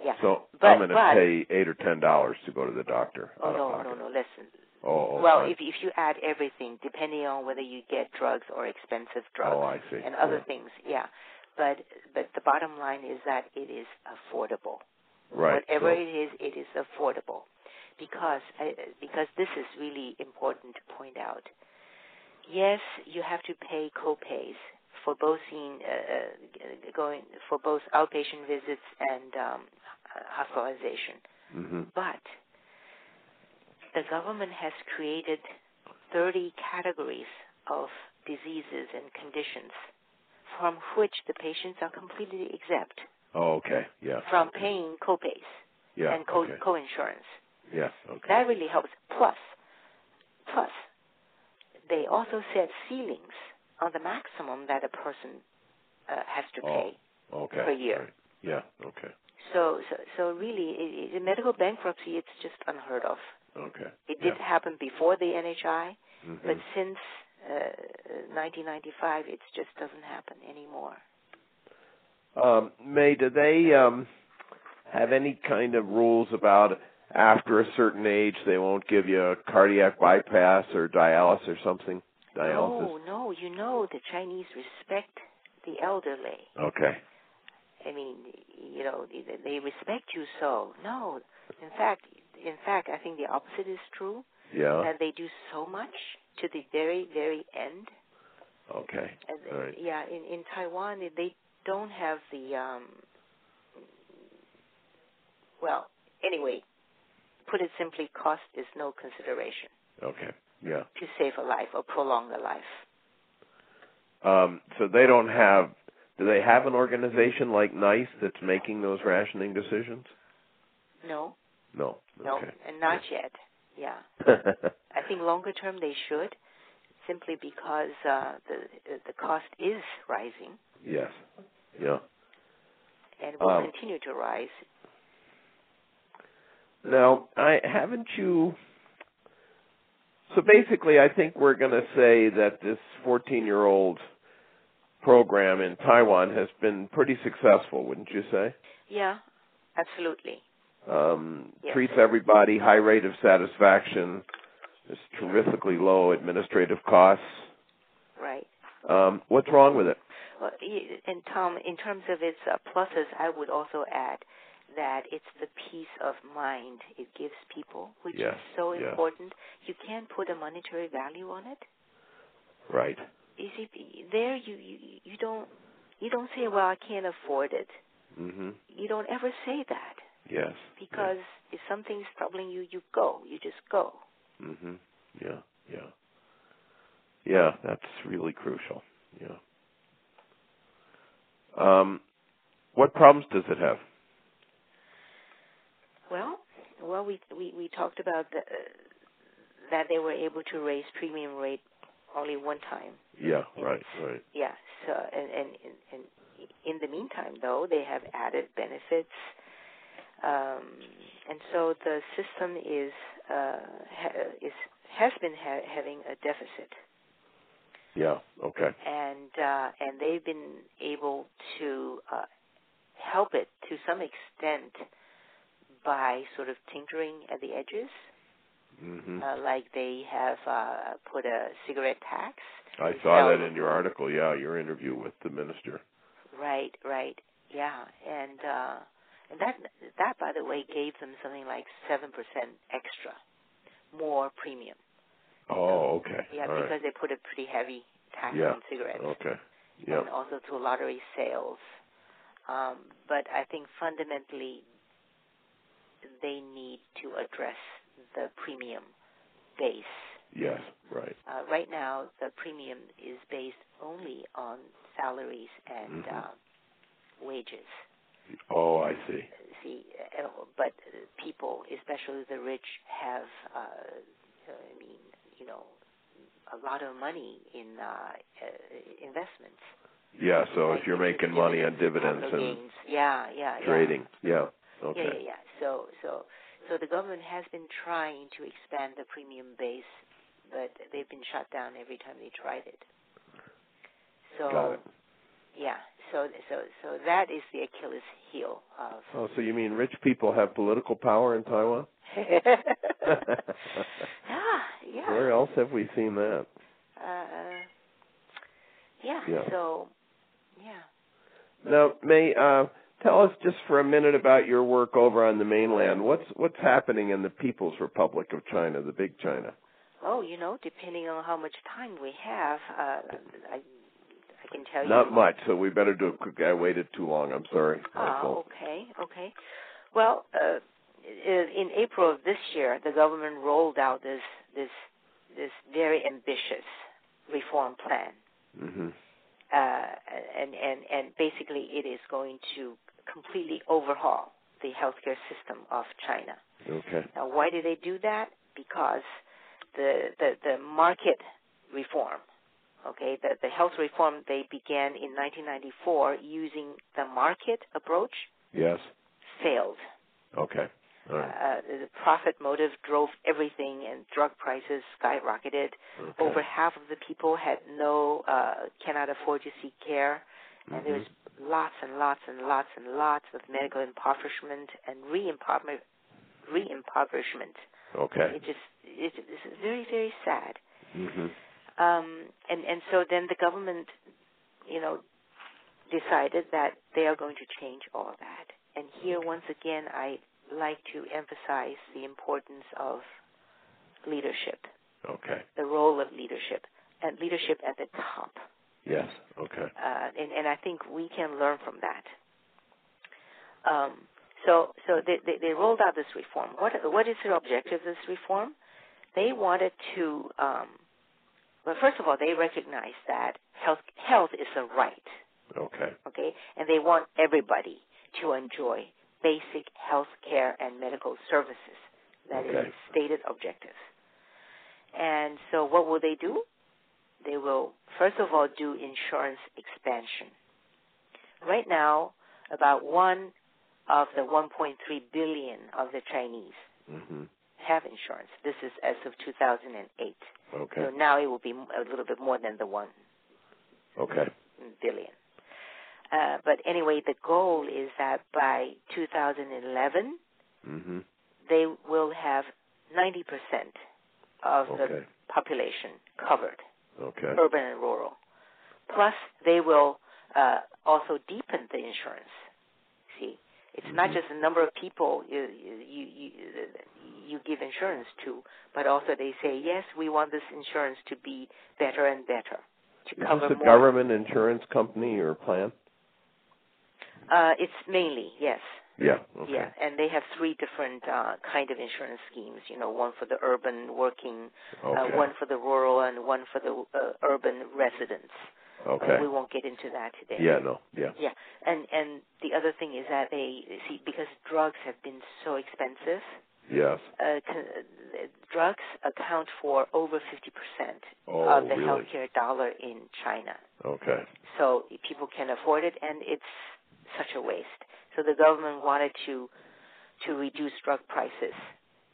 Yeah. So But- I'm going to but- pay eight or ten dollars to go to the doctor oh out of no, pocket. no, no. Listen. Oh, oh, well, fine. if if you add everything, depending on whether you get drugs or expensive drugs oh, I see. and other Yeah. things, yeah. But but the bottom line is that it is affordable. Right. Whatever so- it is, it is affordable, because uh, because this is really important to point out. Yes, you have to pay copays for both in, uh, uh, going for both outpatient visits and um, h- hospitalization, Mhm. but the government has created 30 categories of diseases and conditions from which the patients are completely exempt Oh, okay. Yeah. from paying copays Yeah. and co- okay. coinsurance. Yeah. Okay. That really helps. Plus, plus, they also set ceilings on the maximum that a person uh, has to Oh, pay. okay. per year. Right. Yeah. Okay. So, so, so really, i i in medical bankruptcy, it's just unheard of. Okay. It yeah. did happen before the NHI, Mhm. but since uh, 1995, it just doesn't happen anymore. Um, May, do they um, have any kind of rules about after a certain age they won't give you a cardiac bypass or dialysis or something? Dialysis. No, no, you know the Chinese respect the elderly. Okay. I mean, you know, they- they respect you so. No, in fact, in fact, I think the opposite is true. Yeah. That they do so much to the very, very end. Okay. And, All right. Yeah, in in Taiwan, they- they don't have the um. Well, anyway, put it simply, cost is no consideration Okay. Yeah. to save a life or prolong a life. Um, so they don't have. Do they have an organization like NICE that's making those rationing decisions? No, No. no, Okay. and not yet. Yeah. I think longer term they should, simply because uh, the the cost is rising yes. Yeah. and will Um, continue to rise. Now, I haven't you. So basically, I think we're going to say that this 14-year-old program in Taiwan has been pretty successful, wouldn't you say? Yeah, absolutely. Um, Yes. Treats everybody, high rate of satisfaction, just terrifically low administrative costs. Right. Um, what's wrong with it? Well, y- and Tom, in terms of its uh, pluses, I would also add that it's the peace of mind it gives people, which Yes, is so yes. important. You can't put a monetary value on it. Right. You see, there you, you you don't you don't say, well, I can't afford it. Mm-hmm. You don't ever say that Yes. because if something's troubling you, you go. You just go. Mm-hmm. Yeah. Yeah. Yeah. That's really crucial. Yeah. Um, what problems does it have? Well, well, we we, we talked about the, that they were able to raise premium rate only one time. Yeah. Yeah. Right. Right. Yeah. So, and, and, and, and in the meantime, though, they have added benefits. Um, and so the system is, uh, ha- is, has been ha- having a deficit. Yeah. Okay. And, uh, and they've been able to, uh, help it to some extent by sort of tinkering at the edges. Mm-hmm. Uh, like they have, uh, put a cigarette tax. I saw so- that in your article. Yeah, your interview with the minister. Right, right. Yeah. And uh and that that by the way gave them something like 7% extra more premium. Oh. Okay. Yeah, All right. because they put a pretty heavy tax Yeah. Oh, on cigarettes Okay. Yeah. and also to lottery sales. Um but I think fundamentally they need to address the premium base. Yes. Right. Uh, right now, the premium is based only on salaries and Mhm. uh, wages. Oh, I see. see, uh, but uh, people, especially the rich, have, uh, I mean, you know, a lot of money in uh, uh, investments. Yeah. So if Like you're making money on dividends capital and gains. yeah, yeah, yeah. trading, yeah. Yeah, Okay. yeah, yeah. So, so, so the government has been trying to expand the premium base, but they've been shut down every time they tried it. So, Got it. yeah. So, so, so that is the Achilles heel of Oh, so you mean rich people have political power in Taiwan? yeah, Ah, yeah. Where else have we seen that? Uh, yeah, Yeah. So, yeah. Now, May, uh, tell us just for a minute about your work over on the mainland. What's what's happening in the People's Republic of China, the Big China? Oh, you know, depending on how much time we have, uh, I, I can tell you. Not much, so we better do it quick. I waited too long. I'm sorry. My Ah, fault. okay, okay. Well, uh, in April of this year, the government rolled out this this this very ambitious reform plan. Mhm. uh, and, and, and basically it is going to completely overhaul the healthcare system of China. Okay. Now, why do they do that? Because the, the, the market reform, okay, the, the health reform they began in 1994 using the market approach Yes. failed. Okay. All right. Uh, the profit motive drove everything and drug prices skyrocketed. Okay. Uh, Over half of the people had no, uh, cannot afford to seek care. and there's Mhm. lots and lots and lots and lots of medical impoverishment and re-impover- re-impoverishment. Okay. It just it, it's very very sad. Mhm. Um, and and so then the government, you know, decided that they are going to change all that. And here once again, I like to emphasize the importance of leadership, Okay. the role of leadership, and leadership at the top. Yes. Okay. uh, and, and I think we can learn from that. Um, So, so they, they, they rolled out this reform. What, what is their objective, this reform? They wanted to, um, well, first of all, they recognize that health, health is a right, Okay. okay? And they want everybody to enjoy basic health care and medical services. That is Okay. stated objective. And so what will they do? They will, first of all, do insurance expansion. Right now, about one of the 1.3 billion of the Chinese Mhm. have insurance. This is as of 2008. Okay. So now it will be a little bit more than the 1 Okay. billion. Uh, but anyway, the goal is that by 2011, Mhm. they will have 90% of the Okay. population covered, Okay. urban and rural. Plus, they will uh, also deepen the insurance. See, it's not Mhm. just the number of people you, you, you, you give insurance to, but also they say, yes, we want this insurance to be better and better. To Is cover this a more. government insurance company or plan? Uh, it's mainly, yes. Yeah. Okay. Yeah, and they have three different uh, kind of insurance schemes. You know, one for the urban working, Okay. uh, one for the rural, and one for the uh, urban residents. But okay. we won't get into that today. Yeah. No. Yeah. Yeah, and and the other thing is that they see because drugs have been so expensive. Yes. Uh, con- uh, drugs account for over fifty percent Oh, of the really? healthcare dollar in China. Okay. So people can afford it, and it's such a waste. So the government wanted to to reduce drug prices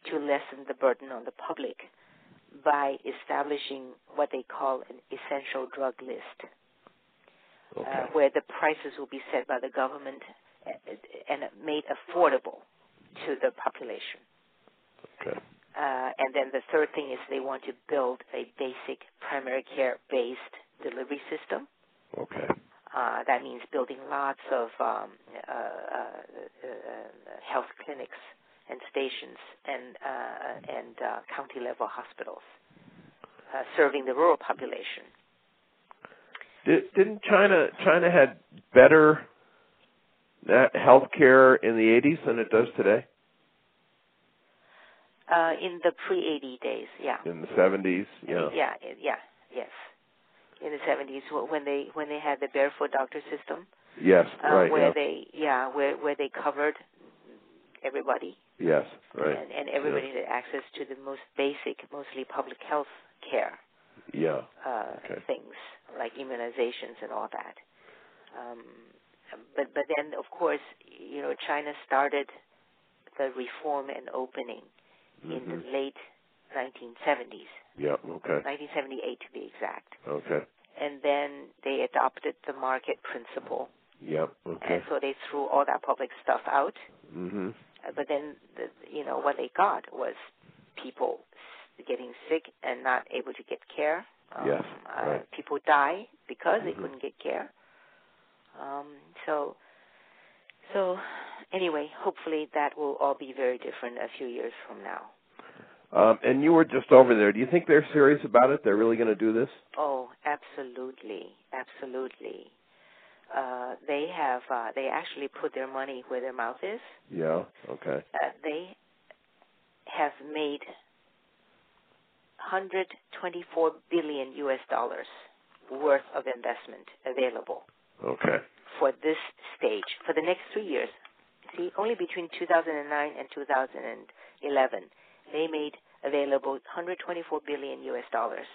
to lessen the burden on the public by establishing what they call an essential drug list, uh, Okay. where the prices will be set by the government uh, and made affordable to the population. Okay. Uh, and then the third thing is they want to build a basic primary care based delivery system. Okay. Uh, that means building lots of um, uh, uh, uh, health clinics and stations and uh, and uh, county level hospitals uh, serving the rural population. Did, didn't China China had better uh, health care in the eighties than it does today Uh, in the pre-80 days, yeah, in the seventies? Yeah. yeah, yeah, yes, in the 70s wh- when they when they had the barefoot doctor system, Yes. uh, right. where yeah. they yeah where where they covered everybody yes. Right. and, and everybody had access to the most basic, mostly public health care. Yeah. uh, Okay. things like immunizations and all that. Um, but but then of course you know China started the reform and opening in Mhm. the late 1970s, Yeah. Okay. 1978 to be exact, Okay. and then they adopted the market principle, Yeah. Okay. and so they threw all that public stuff out. Mhm. Uh, But then the, you know what they got was people s- getting sick and not able to get care. Yes, uh, right. People die because they Mhm. couldn't get care. Um, so, so anyway, hopefully that will all be very different a few years from now. Um, and you were just over there. Do you think they're serious about it? They're really going to do this? Oh, absolutely, absolutely. Uh, they have uh, they actually put their money where their mouth is. Yeah. Okay. Uh, they have made 124 billion US dollars worth of investment available Okay. for this stage for the next 3 years. See, only between 2009 and 2011, they made available 124 billion US dollars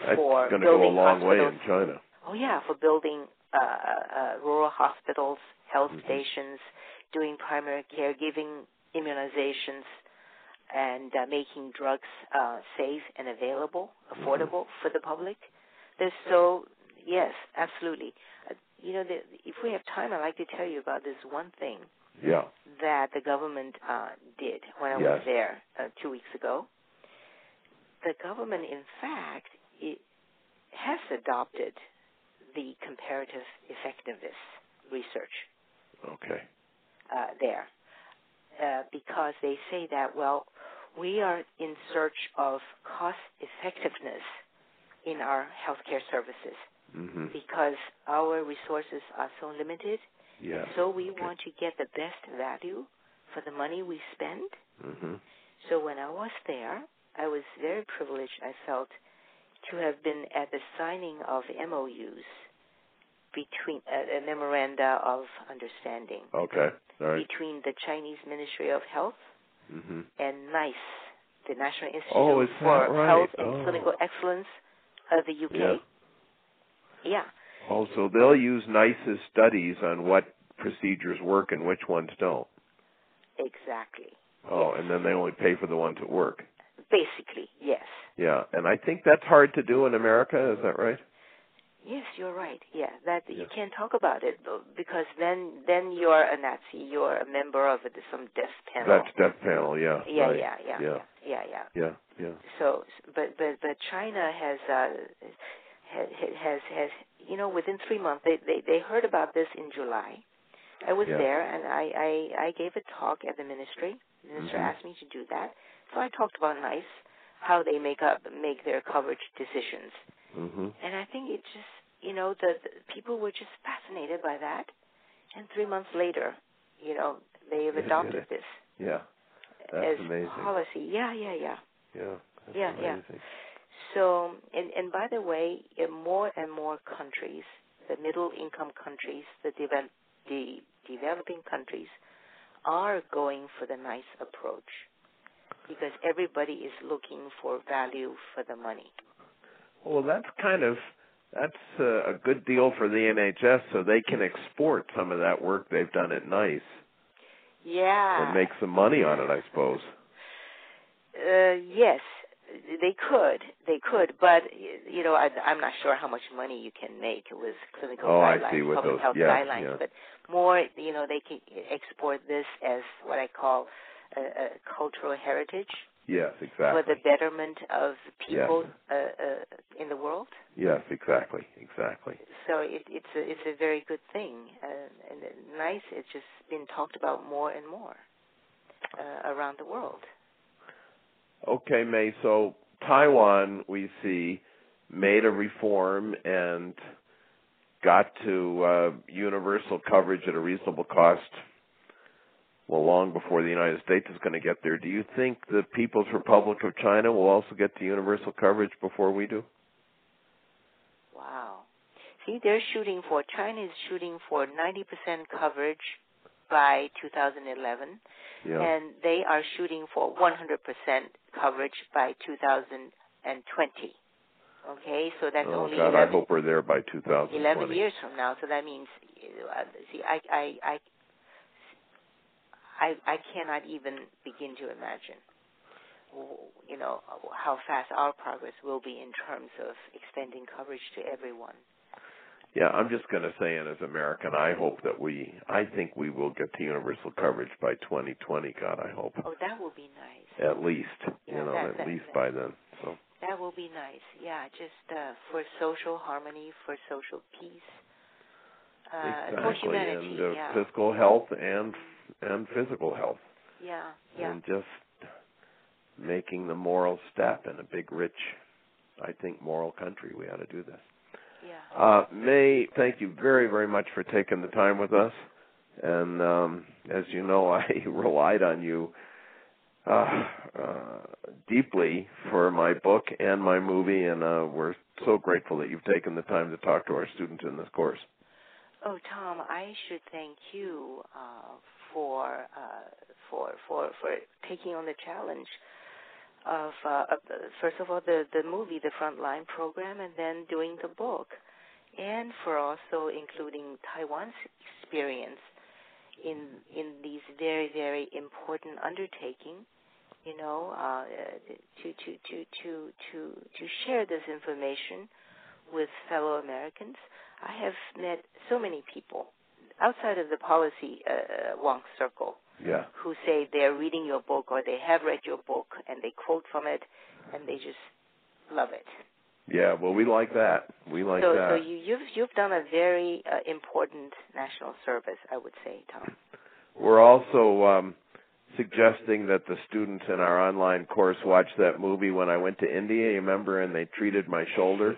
That's for going to go a building long way hospitals. in China. Oh yeah, for building uh, uh, rural hospitals, health Mhm. stations, doing primary care, giving immunizations, and uh, making drugs uh, safe and available, Mhm. affordable for the public. There's so yes, absolutely. Uh, you know, the, if we have time, I'd like to tell you about this one thing Yeah. that the government uh, did when I was Yes. there uh, two weeks ago. The government, in fact, it has adopted the comparative effectiveness research Okay. uh, there uh, because they say that, well, we are in search of cost effectiveness in our healthcare services Mhm. because our resources are so limited Yeah. so we Okay. want to get the best value for the money we spend. Mhm. So when I was there, I was very privileged, I felt, to have been at the signing of MOUs between uh, a memoranda of understanding Okay. All right. between the Chinese Ministry of Health Mhm. and NICE, the National Institute Oh, is for that right? Health and Oh. Clinical Excellence of the UK. Yeah. Oh, so they'll use nice as studies on what procedures work and which ones don't. exactly. Oh, Yes. and then they only pay for the ones that work. Basically, yes. Yeah, and I think that's hard to do in America. Is that right? Yes, you're right. Yeah, that you Yeah. can't talk about it though, because then then you're a Nazi. You're a member of the, some death panel. That's death panel. Yeah. yeah, right. yeah, yeah, Yeah. yeah, yeah. Yeah. Yeah. So, but but but China has uh, ha- ha- has has you know within three months they they they heard about this in July. I was Yeah. there and I I I gave a talk at the ministry. The minister Mhm. asked me to do that, so I talked about nice how they make up make their coverage decisions, Mhm. and I think it just you know the, the people were just fascinated by that, and three months later, you know they have They did adopted it. this Yeah. as That's amazing. policy. Yeah, yeah, yeah. Yeah. That's Yeah, yeah. amazing. So, and, and by the way, in more and more countries, the middle income countries, the, devel- the developing countries, are going for the nice approach because everybody is looking for value for the money. Well, that's kind of that's uh, a good deal for the NHS, so they can export some of that work they've done at Nice Yeah. and make some money on it, I suppose. Uh, yes, they could. They could, but y- you know, I, I'm not sure how much money you can make with clinical Oh, I guidelines, see, with public those- health yeah, guidelines. yeah. But more, you know, they can export this as what I call a, a cultural heritage Yes, exactly. for the betterment of Yes. people uh, uh, in the world. Yes, exactly, exactly. So it, it's a, it's a very good thing, uh, and it's nice. It's just been talked about more and more uh, around the world. Okay, May. So Taiwan, we see, made a reform and got to uh, universal coverage at a reasonable cost. Well, long before the United States is going to get there. Do you think the People's Republic of China will also get to universal coverage before we do? Wow. See, they're shooting for, China is shooting for 90% coverage by 2011, Yeah. and they are shooting for 100% coverage by 2020. Okay, so that's oh only God, I 11, hope we're there by 2020. 11 years from now. So that means, uh, see, I, I, I, I, I cannot even begin to imagine, w- you know, how fast our progress will be in terms of extending coverage to everyone. Yeah, I'm just going to say, and as American, I hope that we, I think we will get to universal coverage by 2020. God, I hope. Oh, that will be nice. at least you Yeah, know that- at that- least that- by then so That will be nice. Yeah, just uh, for social harmony, for social peace, uh, for exactly humanity. and uh, yeah. physical health and and physical health yeah, yeah, and just making the moral step in a big rich i think moral country we ought to do this yeah. uh may thank you very very much for taking the time with us and um as you know i relied on you uh, uh deeply for my book and my movie and uh we're so grateful that you've taken the time to talk to our students in this course Oh, Tom, I should thank you uh, for uh, for for for taking on the challenge of uh, of the- first of all the the movie, the Frontline program, and then doing the book, and for also including Taiwan's experience in in these very very important undertaking. You know, uh, to to to to to to share this information with fellow Americans. I have met so many people outside of the policy uh, wonk circle yeah who say they're reading your book or they have read your book and they quote from it and they just love it. Yeah, well, we like that. We like so, that. so you, you've you've done a very uh, important national service, I would say, Tom. We're also um, suggesting that the students in our online course watch that movie when I went to India. You remember, and they treated my shoulder.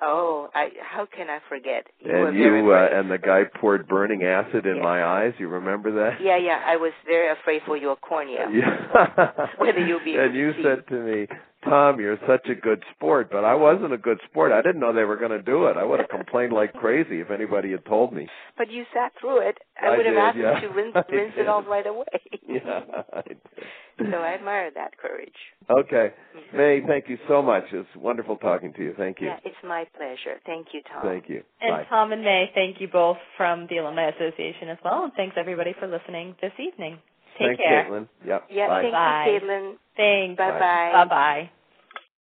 Oh, I how can I forget? You were and very you uh, brave. and the guy poured burning acid in Yeah. my eyes. You remember that? Yeah, yeah. I was very afraid for your cornea. Yeah. Whether you'll be and you able to see. said to me, Tom, you're such a good sport, but I wasn't a good sport. I didn't know they were going to do it. I would have complained like crazy if anybody had told me. But you sat through it. I, I would have did, asked yeah. you to rinse, I rinse did. it off right away. Yeah. I did. so I admire that courage. Okay, May, thank you so much. It's wonderful talking to you. Thank you. Yeah, it's my pleasure. Thank you, Tom. Thank you. And Bye. Tom and May, thank you both from the Alumni Association as well. And thanks everybody for listening this evening. Take Thanks, care. Caitlin. Yep. Yeah, Bye. thank Bye. you, Caitlin. Thanks. Bye. Bye-bye. Bye bye.